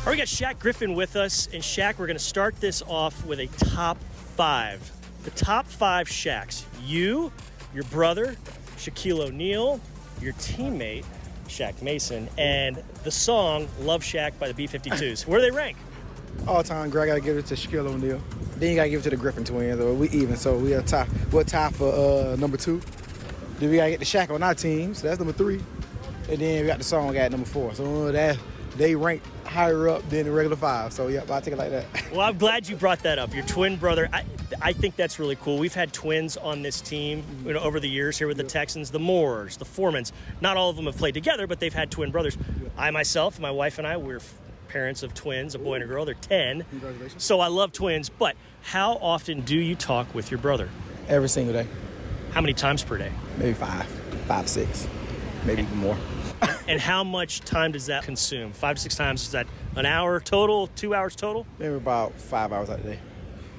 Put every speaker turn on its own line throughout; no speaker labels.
All right, we got Shaq Griffin with us, and Shaq, we're going to start this off with a top five. The top five Shaqs. You, your brother, Shaquille O'Neal, your teammate, Shaq Mason, and the song Love Shaq by the B 52s. Where do they rank?
All time, Greg, I gotta give it to Shaquille O'Neal. Then you gotta give it to the Griffin twins, or we even. So we are top. We're tied for uh, number two. Then we gotta get the Shaq on our team, so that's number three. And then we got the song at number four. So uh, that they rank higher up than the regular five. So yeah, I take it like that.
Well, I'm glad you brought that up. Your twin brother, I, I think that's really cool. We've had twins on this team you know, over the years here with the Texans, the Moores, the Foremans. Not all of them have played together, but they've had twin brothers. I myself, my wife and I, we're f- parents of twins, a boy and a girl. They're 10.
Congratulations.
So I love twins, but how often do you talk with your brother?
Every single day,
How many times per day?
maybe five, five, six, maybe even more.
And how much time does that consume? Five to six times? Is that an hour total, two hours total?
Maybe about five hours out of the day.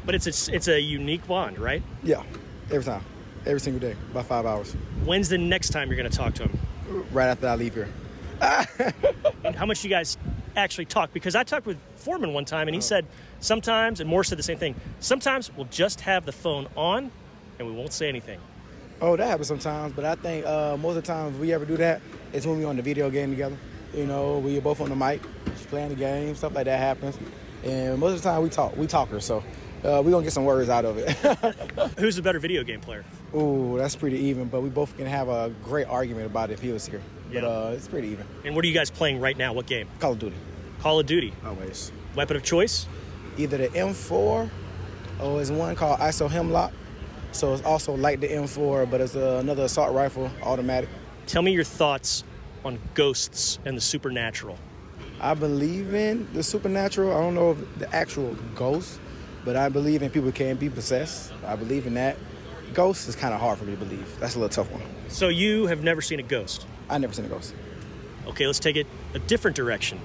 But it's a, it's a unique bond, right?
Yeah, every time, every single day, about five hours.
When's the next time you're going to talk to him?
Right after I leave here.
And how much you guys actually talk? Because I talked with Foreman one time, and he said sometimes, and Moore said the same thing. Sometimes we'll just have the phone on, and we won't say anything.
Oh, that happens sometimes, but I think uh, most of the times we ever do that is when we on the video game together. You know, we are both on the mic, just playing the game, stuff like that happens. And most of the time we talk, we talkers, so uh, we gonna get some words out of it.
Who's the better video game player?
Ooh, that's pretty even, but we both can have a great argument about it if he was here. But
Yeah.
uh, it's pretty even.
And what are you guys playing right now? What game?
Call of Duty.
Call of Duty.
Always.
Weapon of choice?
Either the M4 or it's one called ISO Hemlock. So it's also like the M4, but it's uh, another assault rifle, automatic.
Tell me your thoughts on ghosts and the supernatural.
I believe in the supernatural. I don't know if the actual ghosts, but I believe in people can be possessed. I believe in that. Ghosts is kind of hard for me to believe. That's a little tough one.
So you have never seen a ghost.
I never seen a ghost.
Okay, let's take it a different direction.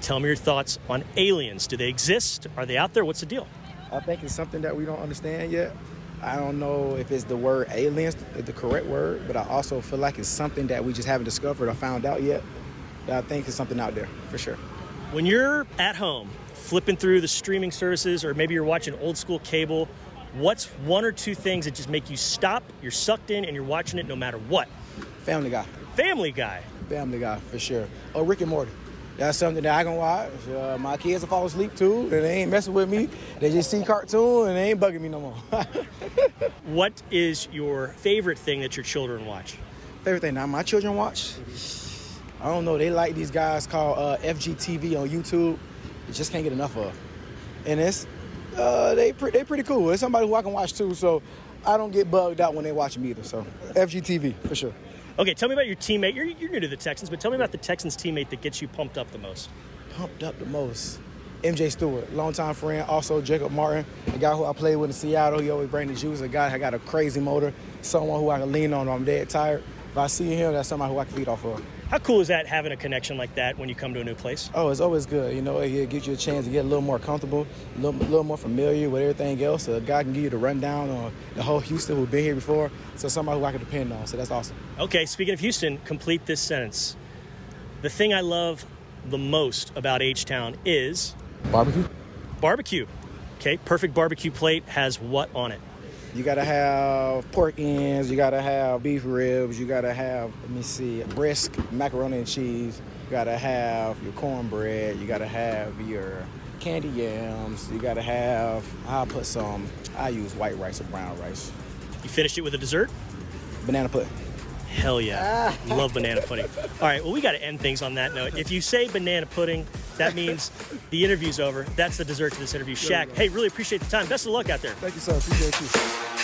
Tell me your thoughts on aliens. Do they exist? Are they out there? What's the deal?
I think it's something that we don't understand yet. I don't know if it's the word aliens, the correct word, but I also feel like it's something that we just haven't discovered or found out yet. That I think is something out there for sure.
When you're at home flipping through the streaming services, or maybe you're watching old school cable, what's one or two things that just make you stop? You're sucked in and you're watching it no matter what.
Family Guy,
Family Guy.
Family Guy for sure. Oh, Rick and Morty. That's something that I can watch. Uh, my kids will fall asleep too, and they ain't messing with me. They just see cartoon and they ain't bugging me no more.
What is your favorite thing that your children watch?
favorite thing now my children watch i don't know they like these guys called uh, fgtv on youtube you just can't get enough of and it's uh, they pre- they pretty cool it's somebody who i can watch too so i don't get bugged out when they watch me either so fgtv for sure
Okay, tell me about your teammate. You're, you're new to the Texans, but tell me about the Texans teammate that gets you pumped up the most.
pumped up the most mj stewart longtime friend also jacob martin a guy who i played with in seattle he always bring the juice a guy who got a crazy motor someone who i can lean on when i'm dead tired if i see him that's somebody who i can feed off of
How cool is that having a connection like that when you come to a new place?
Oh, it's always good. You know, it gives you a chance to get a little more comfortable, a little, little more familiar with everything else. So a guy can give you the rundown on the whole Houston who's been here before. So somebody who I can depend on. So that's awesome.
Okay, speaking of Houston, complete this sentence. The thing I love the most about H Town is
Barbecue?
barbecue. Okay, perfect barbecue plate has what on it?
You gotta have pork ends. You gotta have beef ribs. You gotta have let me see, brisk macaroni and cheese. You gotta have your cornbread. You gotta have your candy yams. You gotta have. I put some. I use white rice or brown rice.
You finished it with a dessert?
Banana pudding.
Hell yeah. Love banana pudding. All right, well, we got to end things on that note. If you say banana pudding, that means the interview's over. That's the dessert to this interview. Shaq, hey, really appreciate the time. Best of luck out there.
Thank you, sir. Appreciate you.